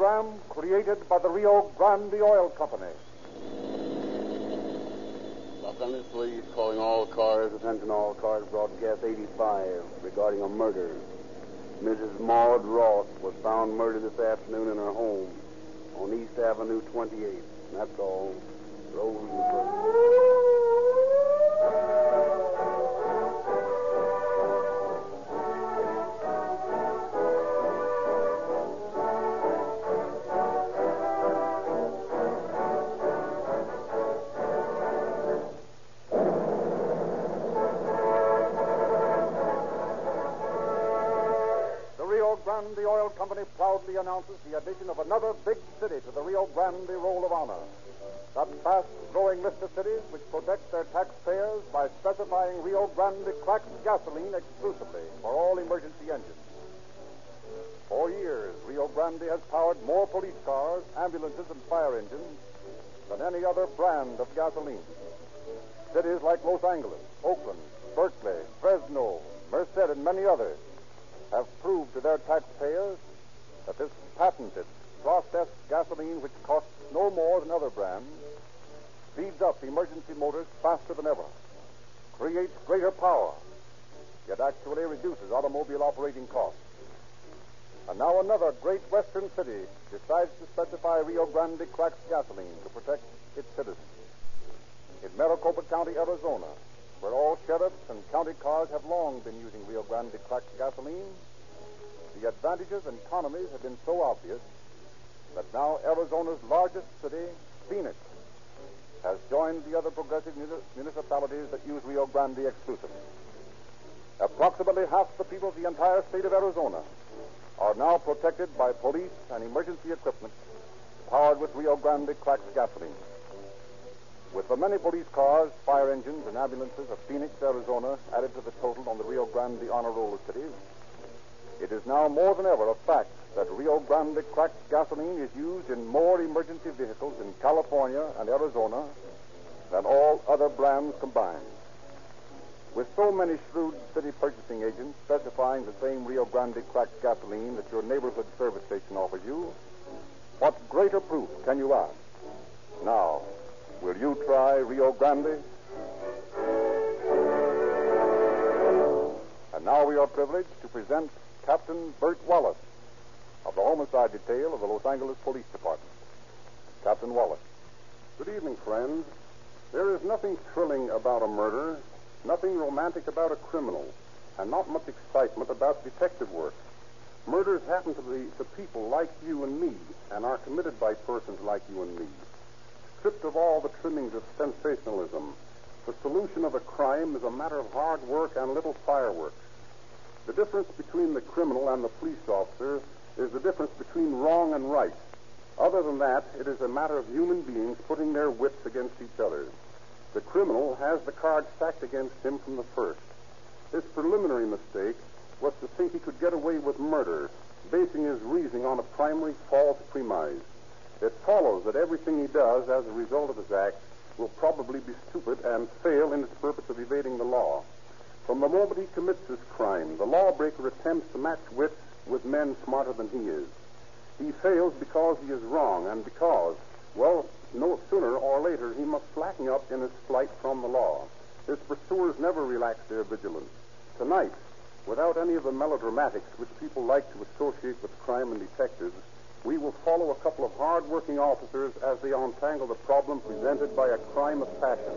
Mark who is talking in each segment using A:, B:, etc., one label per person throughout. A: dam created by the Rio Grande Oil Company.
B: Los Angeles Police calling all cars, attention all cars, broadcast 85 regarding a murder. Mrs. Maud Ross was found murdered this afternoon in her home on East Avenue 28. That's all. Rose and Fern.
A: The Rio Grande Oil Company proudly announces the addition of another big city to the Rio Grande Roll of Honor. That fast growing list of cities which protects their taxpayers by specifying Rio Grande cracked gasoline exclusively for all emergency engines. For years, Rio Grande has powered more police cars, ambulances, and fire engines than any other brand of gasoline. Cities like Los Angeles, Oakland, Berkeley, Fresno, Merced, and many others have proved to their taxpayers that this patented processed gasoline, which costs no more than other brands, speeds up emergency motors faster than ever, creates greater power, yet actually reduces automobile operating costs. And now another great western city decides to specify Rio Grande cracked gasoline to protect its citizens. In Maricopa County, Arizona, where all sheriffs and county cars have long been using Rio Grande cracked gasoline, the advantages and economies have been so obvious that now Arizona's largest city, Phoenix, has joined the other progressive muni- municipalities that use Rio Grande exclusively. Approximately half the people of the entire state of Arizona are now protected by police and emergency equipment powered with Rio Grande cracked gasoline. With the many police cars, fire engines, and ambulances of Phoenix, Arizona added to the total on the Rio Grande Honor Roll of cities, it is now more than ever a fact that Rio Grande cracked gasoline is used in more emergency vehicles in California and Arizona than all other brands combined. With so many shrewd city purchasing agents specifying the same Rio Grande cracked gasoline that your neighborhood service station offers you, what greater proof can you ask? Now, will you try Rio Grande? And now we are privileged to present Captain Bert Wallace of the homicide detail of the Los Angeles Police Department. Captain Wallace.
C: Good evening, friends. There is nothing thrilling about a murder, nothing romantic about a criminal, and not much excitement about detective work. Murders happen to, the, to people like you and me, and are committed by persons like you and me. Stripped of all the trimmings of sensationalism, the solution of a crime is a matter of hard work and little fireworks. The difference between the criminal and the police officer is the difference between wrong and right. Other than that, it is a matter of human beings putting their wits against each other. The criminal has the cards stacked against him from the first. His preliminary mistake was to think he could get away with murder, basing his reasoning on a primary false premise. It follows that everything he does as a result of his act will probably be stupid and fail in its purpose of evading the law. From the moment he commits his crime, the lawbreaker attempts to match wits with men smarter than he is. He fails because he is wrong, and because, well, no sooner or later he must slacken up in his flight from the law. His pursuers never relax their vigilance. Tonight, without any of the melodramatics which people like to associate with crime and detectives, we will follow a couple of hard-working officers as they untangle the problem presented by a crime of passion.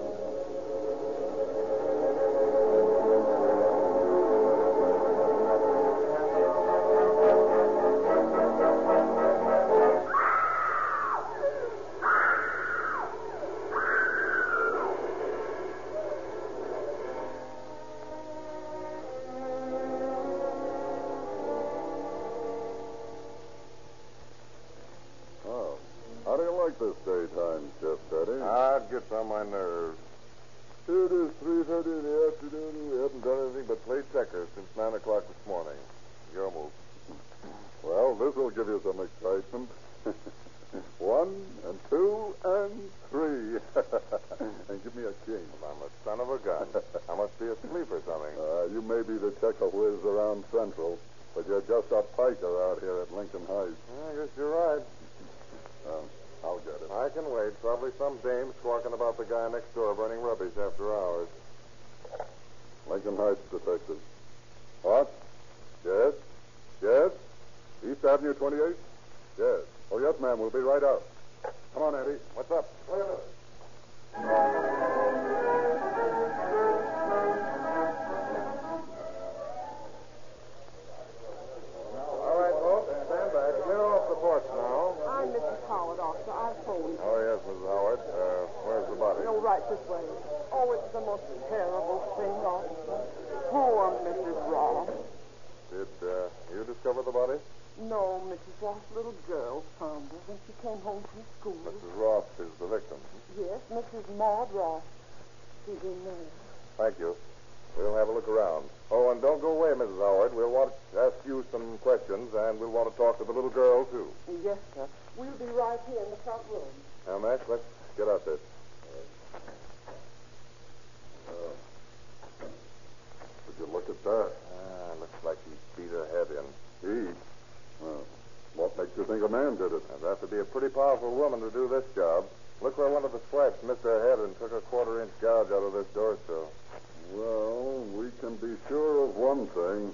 D: Oh. How do you like this daytime shift, Eddie?
C: Ah, it gets on my nerves.
D: It is 3.30 in the afternoon. We haven't done anything but play checkers since 9 o'clock this morning. Your move. Well, this will give you some excitement. One and two and three. and give me a king.
C: I'm a son of a gun. I must be asleep or something.
D: Uh, you may be the checker whiz around Central, but you're just a piker out here at Lincoln Heights.
C: I guess you're right.
D: Um, can wait. Probably some dame squawking about the guy next door burning rubbish after hours.
C: Lincoln Heights detective. What? Yes? Yes? East Avenue 28? Yes. Oh, yes, ma'am. We'll be right out. Come on, Eddie.
D: What's up? All right, folks, stand back. Clear off the porch now.
E: I'm Mrs. Howard, officer. I've phoned.
D: Oh, yes, Mrs. Howard. Uh, where's the body?
E: You're right this way. Oh, it's the most terrible thing, officer. Poor Mrs. Ross.
D: Did uh, you discover the body?
E: No, Mrs. Ross, little girl found her when she came home from school.
D: Mrs. Ross is the victim.
E: Yes, Mrs. Maud Ross. She's in there.
D: Thank you. We'll have a look around. Oh, and don't go away, Mrs. Howard. We'll want to ask you some questions, and we'll want to talk to the little girl, too.
E: Yes, sir. We'll be right here in the front room.
D: Now, Max, let's get out there.
C: Oh. Would you look at that?
D: Ah, looks like he beat her head in.
C: He? Well, what makes you think a man did it?
D: That'd have to be a pretty powerful woman to do this job. Look where one of the swipes missed her head and took a quarter inch gouge out of this door sill.
C: Well, we can be sure of one thing.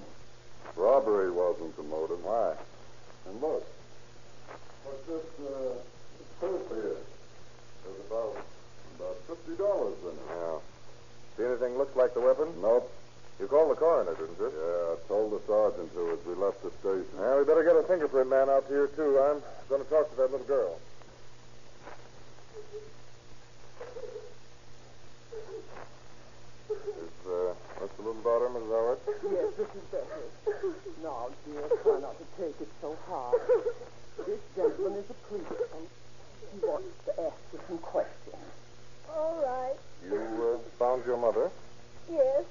C: Robbery wasn't the motive.
D: Why?
C: And look. What's this, uh, purse here? There's about, about $50 in it.
D: Yeah. See anything looks like the weapon?
C: Nope.
D: You called the coroner, didn't you?
C: Yeah, I told the sergeant to as we left the station.
D: Well, we better get a fingerprint man out here, too. I'm going to talk to that little girl. Is, uh, that's the little daughter, Mrs. Howard?
E: Yes, this is better. Now, dear, try not to take it so hard. This gentleman is a policeman. He wants to ask you some questions.
F: All right.
D: You uh, found your mother?
F: Yes.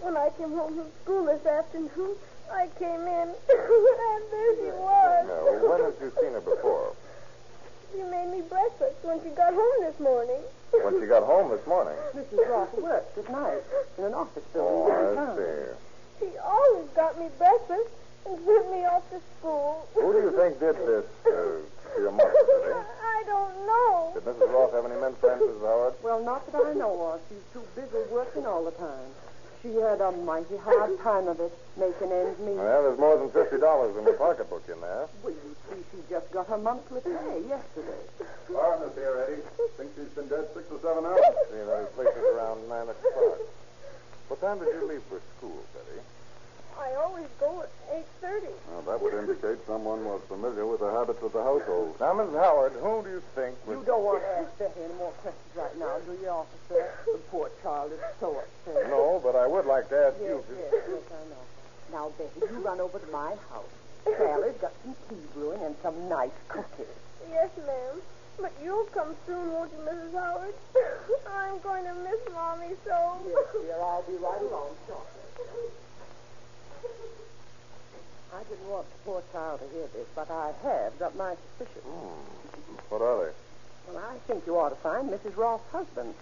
F: When I came home from school this afternoon, I came in, and there she was.
D: No. When had you seen her before?
F: She made me breakfast when she got home this morning.
D: When she got home this morning.
E: Mrs. Ross works at night in an office
D: Oh,
E: building in
D: I
E: town.
D: see.
F: She always got me breakfast and sent me off to school.
D: Who do you think did this uh, to your mother, Betty?
F: I don't know.
D: Did Mrs. Ross have any men friends, Mrs. Howard?
E: Well, not that I know of. She's too busy working all the time. She had a mighty hard time of it, making ends meet.
D: Well, there's more than fifty dollars in the pocketbook in there.
E: Well, you see, she just got her monthly pay yesterday.
C: Coroner's here, Eddie. Think she's been dead six or seven hours?
D: See, that places around nine o'clock. What time did you leave for school, Betty?
F: I always go at eight thirty.
C: Now, that would indicate someone was familiar with the habits of the household.
D: Now, Mrs. Howard, who do you think was
E: You don't want to ask Betty any more questions right now, do you, officer? The poor child is so upset.
D: No, but I would like to ask
E: Yes,
D: you. to-
E: yes, yes, I know. Now, Betty, you run over to my house. Sally's got some tea brewing and some nice cookies.
F: Yes, ma'am. But you'll come soon, won't you, Mrs. Howard? I'm going to miss Mommy so.
E: dear, I'll be right along shortly. I didn't want the poor child to hear this, but I have got my suspicions.
D: Hmm. What are they?
E: Well, I think you ought to find Mrs. Roth's husband.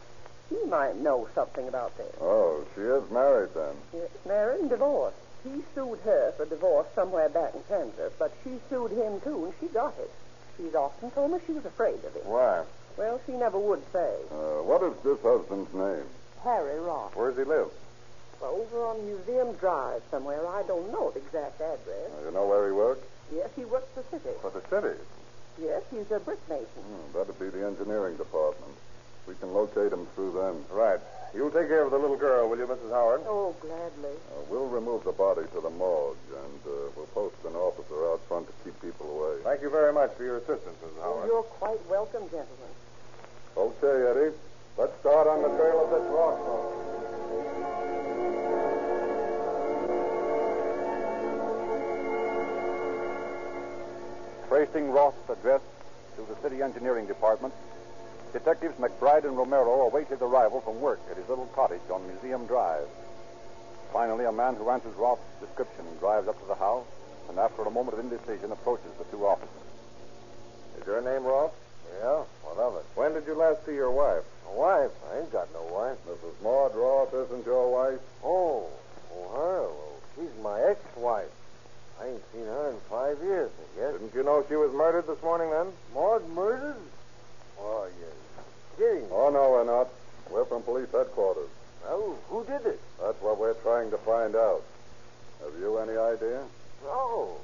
E: He might know something about this.
C: Oh, she is married then.
E: Yes, married and divorced. He sued her for divorce somewhere back in Kansas, but she sued him too, and she got it. She's often told me she was afraid of him.
D: Why?
E: Well, she never would say.
C: Uh, what is this husband's name?
E: Harry Roth.
D: Where does he live?
E: Over on Museum Drive somewhere. I don't know the exact address.
C: Uh, you know where he works?
E: Yes, he works for City.
D: For the city.
E: Yes, he's a brickmason.
C: Hmm, that'd be the engineering department. We can locate him through them.
D: Right. You'll take care of the little girl, will you, Mrs. Howard?
E: Oh, gladly.
C: Uh, we'll remove the body to the morgue, and uh, we'll post an officer out front to keep people away.
D: Thank you very much for your assistance, Mrs.
E: Oh,
D: Howard.
E: you're quite welcome, gentlemen.
C: Okay, Eddie. Let's start on the trail of this rock.
A: Tracing Roth's address to the city engineering department, detectives McBride and Romero await his arrival from work at his little cottage on Museum Drive. Finally, a man who answers Roth's description drives up to the house and, after a moment of indecision, approaches the two officers.
D: Is your name Ross? Yeah, what of it? When did you last see your wife? wife? I ain't got no wife.
C: Mrs. Maud Roth isn't your wife?
D: Oh, oh, her. Well, she's my ex-wife. I ain't seen her in five years, I guess. Didn't you know she was murdered this morning, then? Maud murdered? Why, Oh, we're not. We're from police headquarters.
F: Oh, who did it?
D: That's what we're trying to find out. Have you any idea?
F: Oh,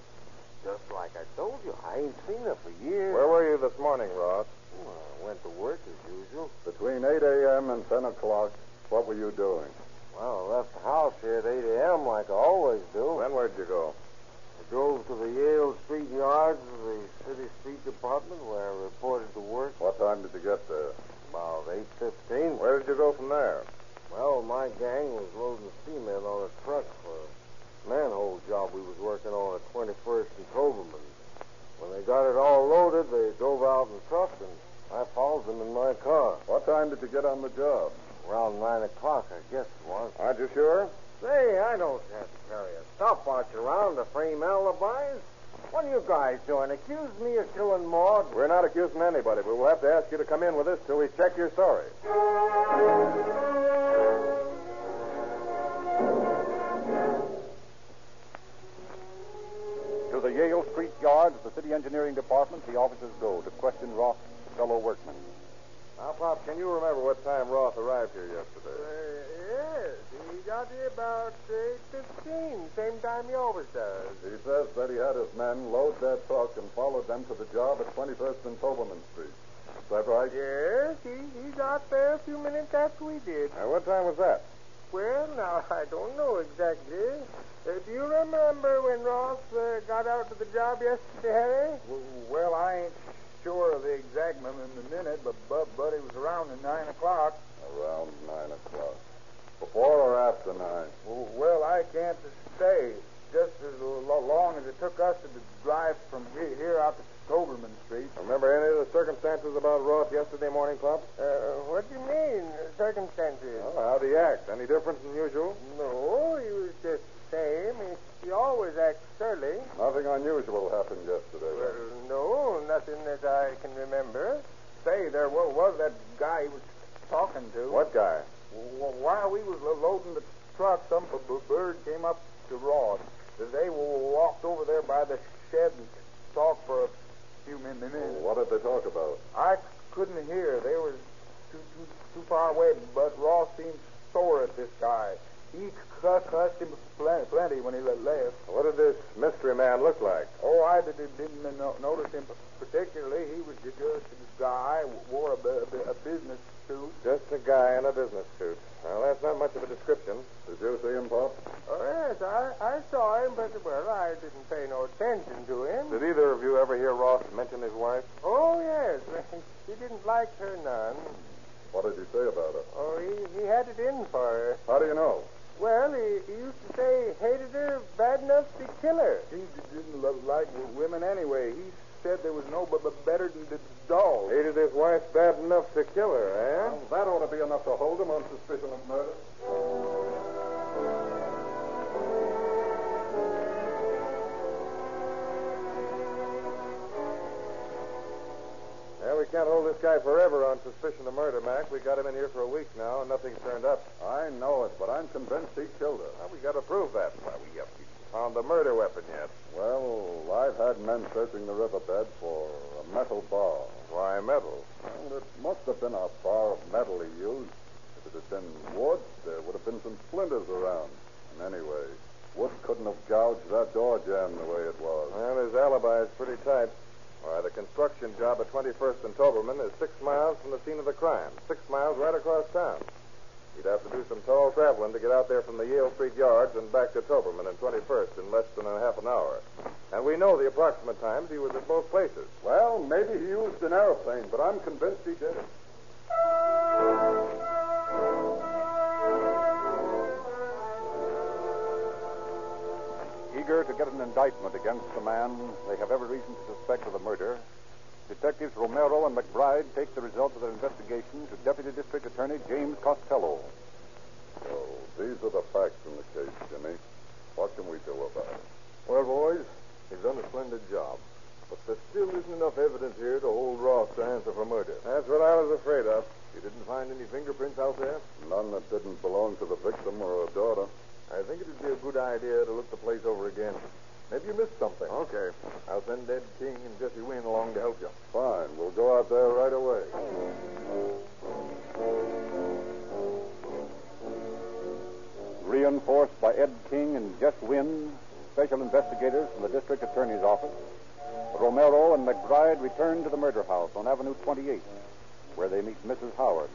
F: just like I told you, I ain't seen her for years.
D: Where were you this morning, Ross?
F: Well, I went to work as usual.
D: Between 8 a.m. and 10 o'clock, what were you doing?
F: Well, I left the house here at 8 a.m. like I always do.
D: Then where'd you go?
F: I drove to the Yale Street Yards of the City Street Department where I reported to work
D: What time did you get there?
F: about 8.15.
D: Where did you go from there?
F: Well, my gang was loading cement on a truck for a manhole job we was working on at 21st and Coberman. When they got it all loaded, they drove out in the truck, and I followed them in my car.
D: What time did you get on the job?
F: Around 9 o'clock, I guess it was.
D: Aren't you sure?
F: Say, I don't have to carry a stopwatch around to frame alibis. What are you guys doing? Accuse me of killing Maud?
D: We're not accusing anybody, but we'll have to ask you to come in with us till we check you're sorry.
A: To the Yale Street Yards, the city engineering department, the officers go to question Roth's fellow workmen.
D: Now, Pop, can you remember what time Roth arrived here yesterday?
F: yes, he got here about 8.15, same time he always does.
D: He says that he had his men load their truck and followed them to the job at 21st and Toberman Street. Is that right?
F: Yes, he, he got there a few minutes after we did.
D: Now, what time was that?
F: Well, now, I don't know exactly. Uh, do you remember when Ross uh, got out to the job yesterday, Harry?
G: Well, I ain't sure of the exact m- m- minute, but Bub Buddy was around at 9 o'clock.
D: Around 9 o'clock. Before or after 9?
G: W- Well, I can't say. Just as lo- long as it took us to drive from he- here out to Doberman Street.
D: Remember any of the circumstances about Roth yesterday morning, Pop?
F: Uh, what do you mean, uh, circumstances?
D: Well, how'd he act? Any different than usual?
F: No, he was just the same. He, he always acts surly.
D: Nothing unusual happened yesterday.
F: Well, no, nothing that I can remember.
G: Say, there wa- was that guy he was talking to.
D: What guy?
G: Wh- While we was lo- loading the truck, some b- b- bird came up to Rod. They wa- walked over there by the shed and talked for a few min- minutes.
D: What did they talk about?
G: I couldn't hear. They was too, too, too far away, but Ross seemed sore at this guy. He cussed, cussed him plenty, plenty when he le- left.
D: What did this mystery man look like?
G: Oh, I did, didn't no- notice him particularly. He was ju- just a guy, wore a, bu- a business suit.
D: Just a guy in a business suit. Well, that's not much of a description. Did you see him, Pop?
F: Oh, yes, I, I saw him, but, well, I didn't pay no attention to him.
D: Did either of you ever hear Ross mention his wife?
F: Oh, yes, he didn't like her none.
D: What did he say about her?
F: Oh, he, he had it in for her.
D: How do you know?
F: Well, he, he used to say he hated her bad enough to kill her.
G: He d- didn't lo- like women anyway. He said there was no b- b- better than the dog.
D: Hated his wife bad enough to kill her, eh? that ought to be enough to hold him on suspicion of murder. Yeah, we can't hold this guy forever on suspicion of murder, Mac. We got him in here for a week now, and nothing's turned up. I know it, but I'm convinced he killed her. Well, we got to prove that. Why, we haven't even found the murder weapon yet. Well, I've had men searching the riverbed for a metal bar. Why metal? Well, it must have been a bar of metal he used. If it had been wood, there would have been some splinters around. And anyway, wood couldn't have gouged that door jamb the way it was. Well, his alibi is pretty tight. Why, the construction job at 21st and Toberman is six miles from the scene of the crime, six miles right across town. He'd have to do some tall traveling to get out there from the Yale Street Yards and back to Toberman and 21st in less than a half an hour. And we know the approximate times he was at both places. Well, maybe he used an aeroplane, but I'm convinced he did it.
A: Eager to get an indictment against the man they have every reason to suspect of the murder, Detectives Romero and McBride take the results of their investigation to Deputy District Attorney James Costello.
D: So these are the facts in the case, Jimmy. What can we do about it?
H: Well, boys, he's done a splendid job. But there still isn't enough evidence here to hold Ross to answer for murder.
D: That's what I was afraid of.
H: You didn't find any fingerprints out there?
D: None that didn't belong to the victim or her daughter.
H: I think it would be a good idea to look the place over again. Maybe you missed something.
D: Okay.
H: I'll send Ed King and Jesse Wynn along to help you.
D: Fine. We'll go out there right away.
A: reinforced by Ed King and Jess Wynn, special investigators from the district attorney's office, Romero and McBride return to the murder house on Avenue 28, where they meet Mrs. Howard,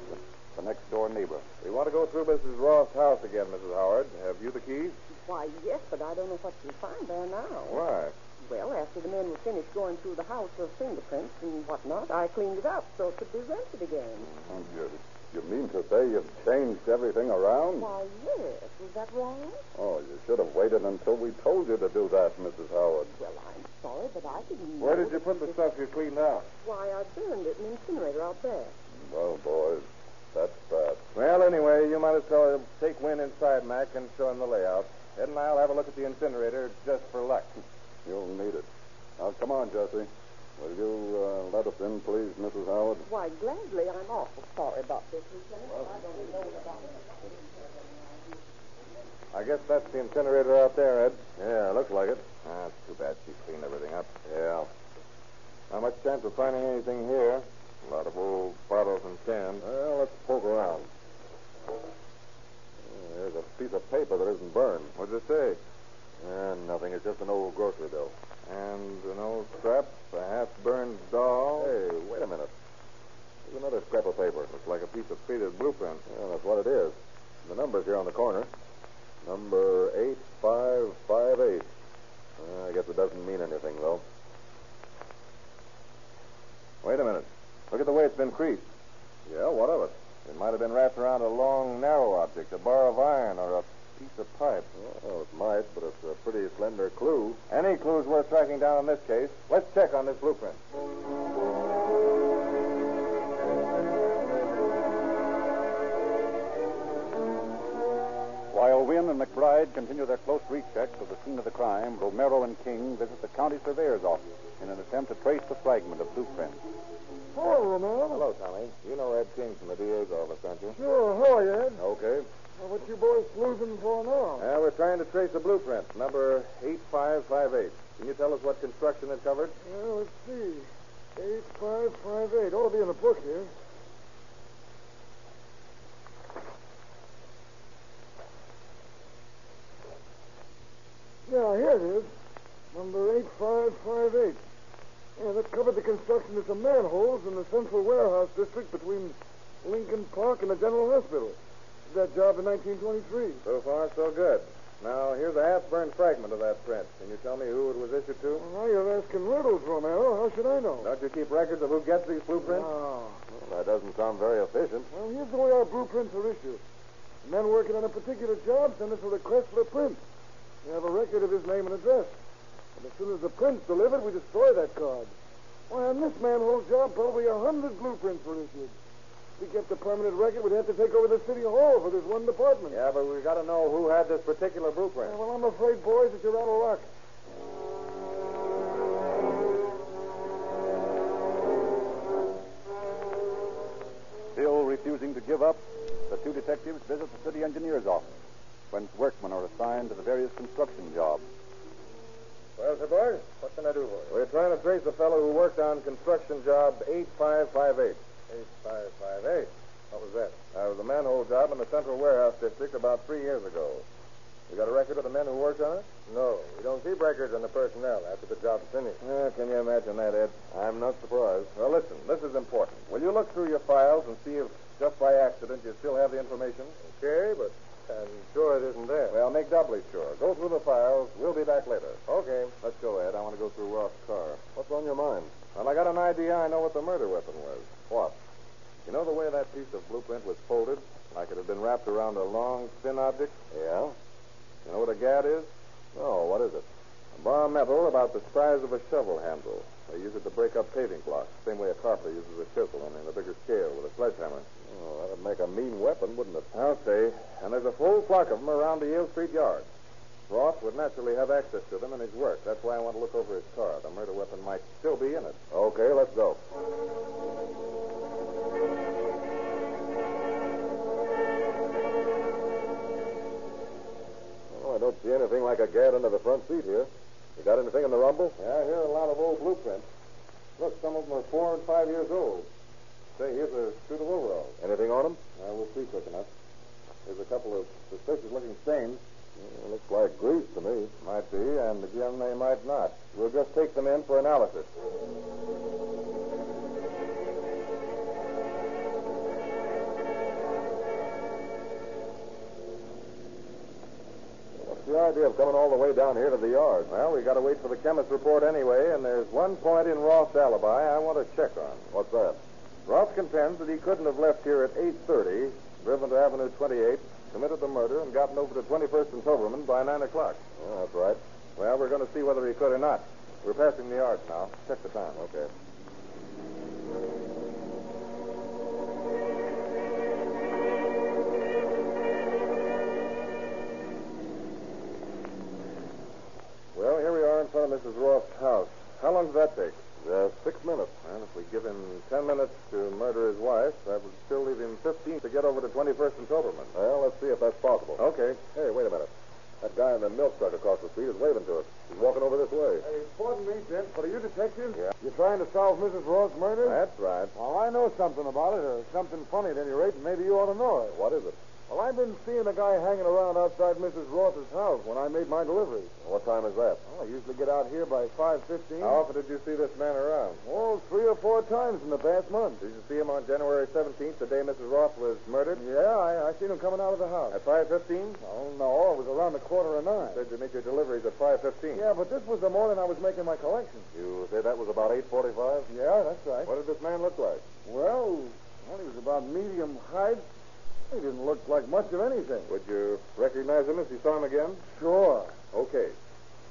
A: the next door neighbor.
D: We want to go through Mrs. Roth's house again, Mrs. Howard. Have you the keys?
E: Why, yes, but I don't know what you'll find there now.
D: Why?
E: Well, after the men were finished going through the house for fingerprints and whatnot, I cleaned it up so it could be rented again.
D: Oh, you, you mean to say you've changed everything around?
E: Why, yes. Was that wrong?
D: Oh, you should have waited until we told you to do that, Mrs. Howard.
E: Well, I'm sorry, but I didn't.
G: Where
E: know
G: did you
E: that
G: put the
E: this-
G: stuff you cleaned out?
E: Why, I burned it in the incinerator out there.
D: Well, boys, that's bad.
G: Well, anyway, you might as well take Wynn inside, Mac, and show him the layout. Ed and I'll have a look at the incinerator just for luck.
D: You'll need it. Now, come on, Jesse. Will you uh, let us in, please, Mrs. Howard?
E: Why, gladly, I'm awful sorry about this, Lieutenant. I don't know about it.
G: I guess that's the incinerator out there, Ed.
D: Yeah, looks like it.
G: That's Ah, too bad she cleaned everything up.
D: Yeah.
G: Not much chance of finding anything here. A lot of old bottles and cans. Oh,
D: Well, let's poke around. There's a piece of paper that isn't burned.
G: What's it say?
D: Eh, nothing. It's just an old grocery bill.
G: And an old scrap, a half-burned doll.
D: Hey, wait a minute. There's another scrap of paper.
G: Looks like a piece of faded blueprint.
D: Yeah, that's what it is. The number's here on the corner. Number 8558. Uh, I guess it doesn't mean anything, though.
G: Wait a minute. Look at the way it's been creased.
D: Yeah, what of it?
G: It might have been wrapped around a long, narrow object, a bar of iron or a piece of pipe.
D: Well, it might, but it's a pretty slender clue.
G: Any clues worth tracking down in this case? Let's check on this blueprint.
A: While Wynn and McBride continue their close recheck of the scene of the crime, Romero and King visit the county surveyor's office in an attempt to trace the fragment of blueprint.
G: Hello, Romero. Hello, Tommy. You know Ed King from the DA's office, don't you?
D: Sure, how are you, Ed? Okay.
G: what you boys snoozing for now? Uh, we're trying to trace the blueprint, number 8558. Can you tell us what construction it covered?
D: Well, let's see. 8558. Ought to be in the book here. Yeah, here it is. Number 8558. Yeah, that covered the construction of the manholes in the central warehouse district between Lincoln Park and the General Hospital. Did that job in 1923.
G: So far, so good. Now, here's a half-burned fragment of that print. Can you tell me who it was issued to?
D: Well, now you're asking riddles, Romero. How should I know?
G: Don't you keep records of who gets these blueprints?
D: Ah.
G: that doesn't sound very efficient.
D: Well, here's the way our blueprints are issued. The men working on a particular job send us a request for a print. We have a record of his name and address. And as soon as the print's delivered, we destroy that card. Why, on this manhole job, probably a hundred blueprints were issued. If we kept a permanent record, we'd have to take over the city hall for this one department.
G: Yeah, but we've got to know who had this particular blueprint.
D: Yeah, well, I'm afraid, boys, that you're out of luck.
A: Still refusing to give up, the two detectives visit the city engineer's office, whence workmen are assigned to the various construction jobs.
G: Well, sir, boys, what can I do for you? We're trying to trace the fellow who worked on construction job 8558. 8558? What was that? That was a manhole job in the Central Warehouse District about three years ago. You got a record of the men who worked on it? No. We don't keep records on the personnel after the job's finished. Uh, can you imagine that, Ed? I'm not surprised. Well, listen, this is important. Will you look through your files and see if, just by accident, you still have the information? Okay, but I'm sure it isn't there. Well, make doubly sure. Go through the files. We'll be back later. Okay. Let's go, Ed. I want to go through Roth's car. What's on your mind? Well, I got an idea. I know what the murder weapon was. What? You know the way that piece of blueprint was folded? Like it had been wrapped around a long, thin object? Yeah. You know what a gad is? No,
D: Oh,
G: what is it? A bar of metal about the size of a shovel handle. They use it to break up paving blocks, same way a carpenter uses a chisel, only on a bigger scale with a sledgehammer.
D: Oh, that'd make a mean weapon, wouldn't it?
G: I'll say. And there's a whole flock of them around the Yale Street yard. Roth would naturally have access to them in his work. That's why I want to look over his car. The murder weapon might still be in it.
D: Okay, let's go. Well, Oh, I don't see anything like a gad under the front seat here. You got anything in the rumble?
G: Yeah, I hear a lot of old blueprints. Look, some of them are four and five years old. Say, here's a suit of overalls.
D: Anything on him?
G: Uh, we'll see quick enough. There's a couple of suspicious looking stains.
I: Yeah, looks like grease to me.
G: Might be, and again, they might not. We'll just take them in for analysis. What's the idea of coming all the way down here to the yard? Well, we got to wait for the chemist's report anyway, and there's one point in Roth's alibi I want to check on.
I: What's that?
G: Roth contends that he couldn't have left here at 8.30, driven to Avenue 28, committed the murder, and gotten over to 21st and Silverman by 9 o'clock.
I: Yeah, that's right.
G: Well, we're going to see whether he could or not. We're passing the yard now. Check the time.
I: Okay.
G: Well, here we are in front of Mrs. Roth's house. How long did that take?
I: Uh, six minutes.
G: And if we give him 10 minutes to murder his wife, that would still leave him 15 to get over to 21st and Silverman.
I: Well, let's see if that's possible.
G: Okay.
I: Hey, wait a minute. That guy in the milk truck across the street is waving to us. He's walking over this way.
J: Hey, pardon me, gents, but are you detectives?
I: Yeah.
J: You're trying to solve Mrs. Roth's murder?
I: That's right.
J: Well, I know something about it, or something funny at any rate, and maybe you ought to know it.
I: What is it?
J: Well, I've been seeing a guy hanging around outside Mrs. Roth's house when I made my delivery.
I: What time is that?
J: Well, I usually get out here by 5.15.
G: How often did you see this man around?
J: Oh, three or four times in the past month.
G: Did you see him on January 17th, the day Mrs. Roth was murdered?
J: Yeah, I, I seen him coming out of the house.
G: At 5.15?
J: Oh, no, it was around the quarter of nine.
G: You said you made your deliveries at 5.15.
J: Yeah, but this was the morning I was making my collection.
I: You say that was about 8.45?
J: Yeah, that's right.
I: What did this man look like?
J: Well, well, he was about medium height. He didn't look like much of anything.
G: Would you recognize him if you saw him again?
J: Sure.
G: Okay.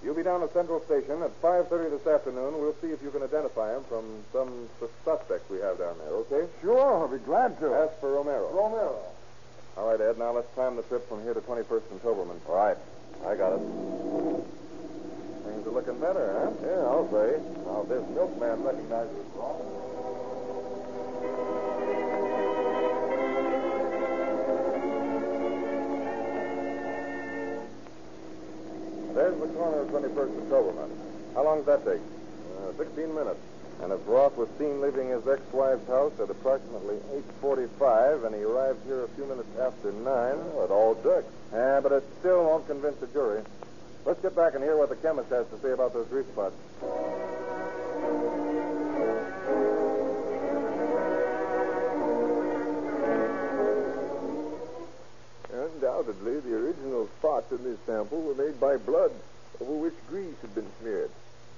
G: You'll be down at Central Station at 5.30 this afternoon. We'll see if you can identify him from some sus- suspect we have down there, okay?
J: Sure, I'll be glad to.
G: Ask for Romero.
J: Romero.
G: All right, Ed, now let's time the trip from here to 21st and Silverman.
I: All right. I got it.
G: Things are looking better, huh?
I: Yeah, I'll say. Now, if this milkman recognizes Roth.
G: There's the corner of 21st and Silverman. How long did that take?
I: Uh, 16 minutes.
G: And if Roth was seen leaving his ex-wife's house at approximately 8.45 and he arrived here a few minutes after 9...
I: Well, Oh, it all checks.
G: Yeah, but it still won't convince the jury. Let's get back and hear what the chemist has to say about those grease spots.
K: Undoubtedly, the original spots in this sample were made by blood over which grease had been smeared.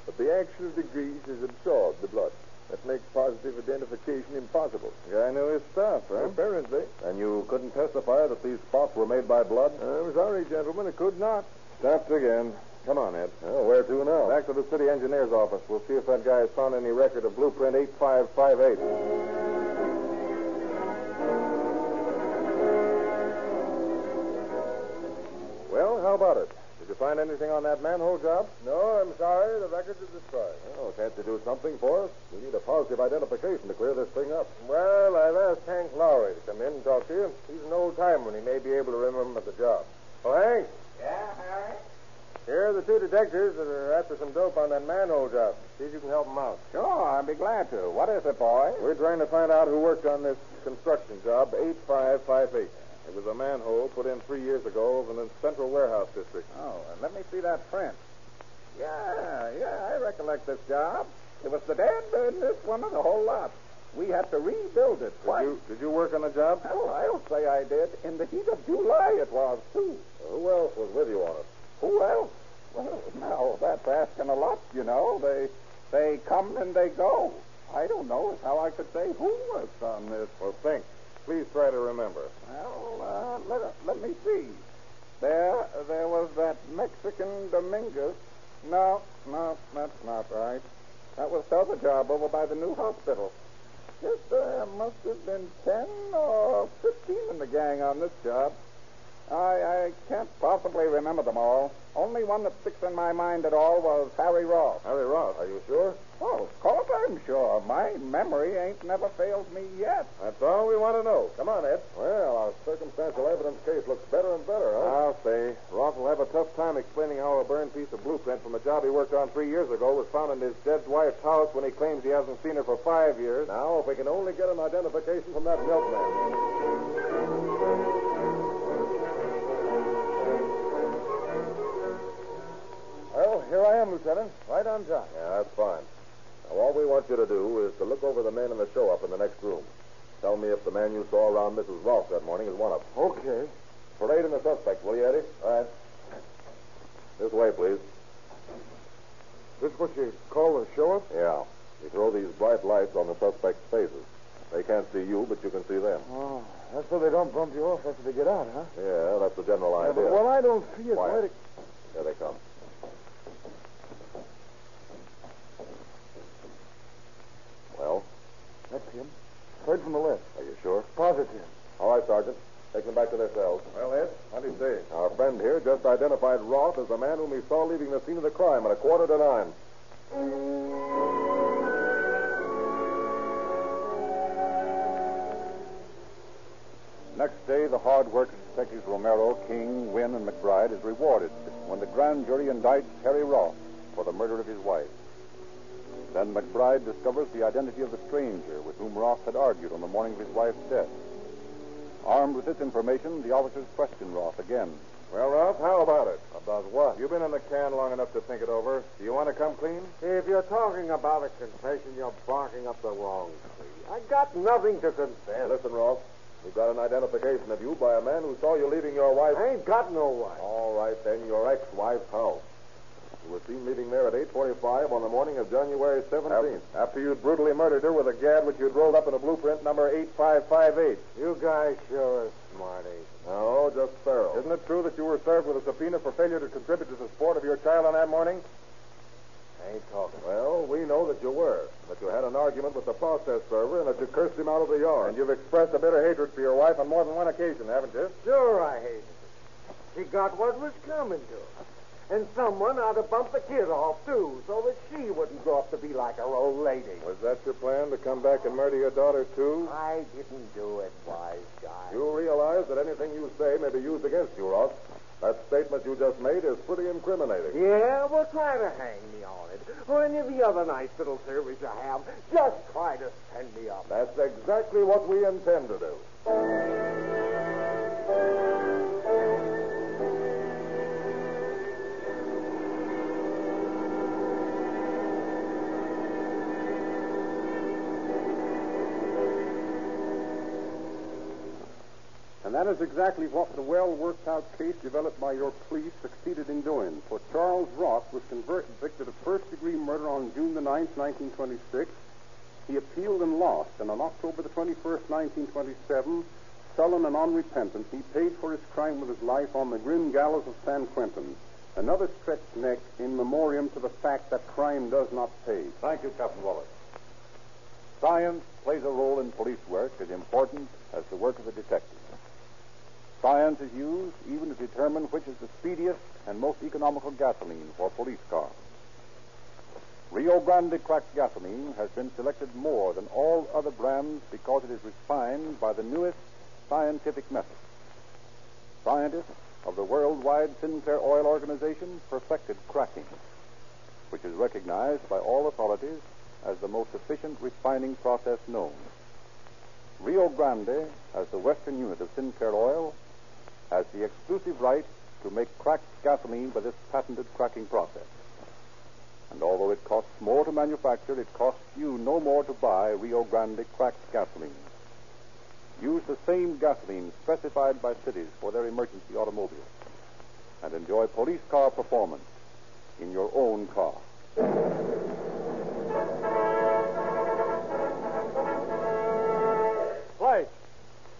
K: But the action of the grease has absorbed the blood. That makes positive identification impossible.
G: The guy knew his stuff, huh?
K: Apparently.
G: And you couldn't testify that these spots were made by blood?
K: Uh, I'm sorry, gentlemen, I could not.
G: Stopped again. Come on, Ed.
I: Well, where to now?
G: Back to the city engineer's office. We'll see if that guy has found any record of blueprint 8558. Well, how about it? Did you find anything on that manhole job?
K: No, I'm sorry. The records are destroyed.
I: Oh, can't you do something for us? We need a positive identification to clear this thing up.
K: Well, I've asked Hank Lowry to come in and talk to you. He's an old timer, and he may be able to remember the job. Oh, Hank,
L: Yeah, Harry?
K: here are the two detectives that are after some dope on that manhole job. See if you can help them out.
D: Sure, I'd be glad to. What is it, boy?
G: We're trying to find out who worked on this construction job, 8558. It was a manhole put in three years ago over in the Central Warehouse District.
D: Oh, and let me see that print. Yeah, yeah, I recollect this job. It was the dad doing this one and the whole lot. We had to rebuild it
G: Did
D: twice.
G: you, did you work on the job?
D: Well, I'll say I did. In the heat of July it was, too.
I: Who else was with you on it?
D: Who else? Well, now, that's asking a lot, you know. They they come and they go. I don't know is how I could say who was on this.
G: Well, think. Please try to remember.
D: Well, uh, let, let me see. There, there was that Mexican Dominguez. No, no, that's not right. That was the other job over by the new hospital. Just uh, must have been 10 or 15 in the gang on this job. I, I can't possibly remember them all. Only one that sticks in my mind at all was Harry Ross.
G: Harry Roth.
I: Are you sure?
D: Oh, of course I'm sure. My memory ain't never failed me yet.
G: That's all we want to know. Come on, Ed.
I: Well, our circumstantial evidence case looks better and better, huh?
G: I'll say. Roth will have a tough time explaining how a burned piece of blueprint from a job he worked on three years ago was found in his dead wife's house when he claims he hasn't seen her for five years.
I: Now, if we can only get an identification from that milkman.
M: here I am, Lieutenant. Right on time.
G: Yeah, that's fine. Now, all we want you to do is to look over the men in the show up in the next room. Tell me if the man you saw around Mrs. Rolfe that morning is one of them.
M: Okay.
G: Parade in the suspect, will you, Eddie?
M: All right.
G: This way, please.
M: This what you call a show up?
G: Yeah. You throw these bright lights on the suspect's faces. They can't see you, but you can see them.
M: Oh, that's so they don't bump you off after they get out, huh?
G: Yeah, that's the general
M: Yeah,
G: idea.
M: but well, I don't see it.
G: Quiet.
M: Why do-
G: Here they come. Well,
M: That's him. Third from the left.
G: are you sure?
M: Positive.
G: All right, Sergeant. Take them back to their cells.
M: Well, Ed, how do you say?
G: Our friend here just identified Roth as the man whom he saw leaving the scene of the crime at a quarter to nine.
D: Next day, the hard work of Detectives Romero, King, Wynn, and McBride is rewarded when the grand jury indicts Harry Roth for the murder of his wife. Then McBride discovers the identity of the stranger with whom Roth had argued on the morning of his wife's death. Armed with this information, the officers question Roth again.
N: Well, Ralph, how about it?
D: About what?
N: You've been in the can long enough to think it over. Do you want to come clean?
E: If you're talking about a confession, you're barking up the wrong tree. I got nothing to confess.
G: Listen, Roth. We've got an identification of you by a man who saw you leaving your wife.
E: I ain't got no wife.
G: All right, then, your ex-wife's house. You were seen leaving there at 8.45 on the morning of January 17th.
N: After you brutally murdered her with a gad which you'd rolled up in a blueprint number 8558.
E: You guys sure are smarty.
G: No, just thorough.
N: Isn't it true that you were served with a subpoena for failure to contribute to the sport of your child on that morning?
E: I ain't talking.
G: Well, we know that you were, that you had an argument with the process server, and that you cursed him out of the yard.
N: And you've expressed a bitter hatred for your wife on more than one occasion, haven't you?
E: Sure, I hated her. She got what was coming to her. And someone ought to bump the kid off, too, so that she wouldn't grow up to be like her old lady.
N: Was that your plan, to come back and murder your daughter, too?
E: I didn't do it, wise guy.
G: You realize that anything you say may be used against you, Ross. That statement you just made is pretty incriminating.
E: Yeah, well, try to hang me on it. Or any of the other nice little service you have. Just try to send me up.
G: That's exactly what we intend to do.
A: And that is exactly what the well worked out case developed by your police succeeded in doing. For Charles Roth was convert- convicted of first degree murder on June the 9th, 1926. He appealed and lost, and on October the 21st, 1927, sullen and unrepentant, he paid for his crime with his life on the grim gallows of San Quentin. Another stretched neck in memoriam to the fact that crime does not pay.
D: Thank you, Captain Wallace. Science plays a role in police work as important as the work of the detective. Science is used even to determine which is the speediest and most economical gasoline for police cars. Rio Grande cracked gasoline has been selected more than all other brands because it is refined by the newest scientific method. Scientists of the worldwide Sinclair Oil Organization perfected cracking which is recognized by all authorities as the most efficient refining process known. Rio Grande, as the western unit of Sinclair Oil, has the exclusive right to make cracked gasoline by this patented cracking process. And although it costs more to manufacture, it costs you no more to buy Rio Grande cracked gasoline. Use the same gasoline specified by cities for their emergency automobiles and enjoy police car performance in your own car. Flight.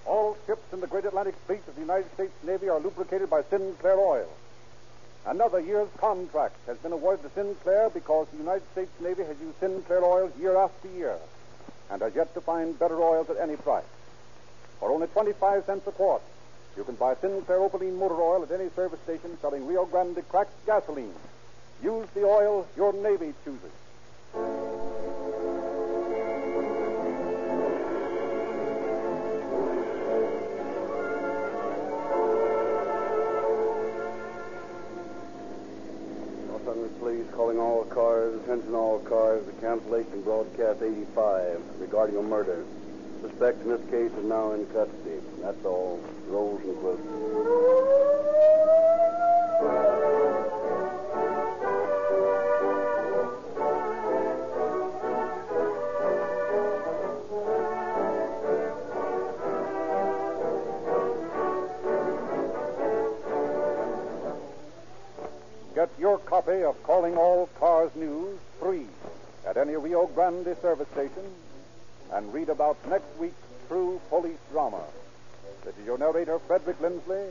D: All ships in the Great Atlantic Fleet of the United States Navy are lubricated by Sinclair Oil. Another year's contract has been awarded to Sinclair because the United States Navy has used Sinclair oil year after year and has yet to find better oils at any price. For only 25 cents a quart, you can buy Sinclair Opaline motor oil at any service station selling Rio Grande cracked gasoline. Use the oil your Navy chooses.
O: Los Angeles Police calling all cars, attention all cars, the cancellation broadcast 85 regarding a murder. Suspect in this case is now in custody. That's all. Rolls and Quilts.
D: your copy of Calling All Cars News 3 at any Rio Grande service station and read about next week's true police drama. This is your narrator, Frederick Lindsley,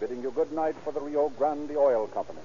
D: bidding you good night for the Rio Grande Oil Company.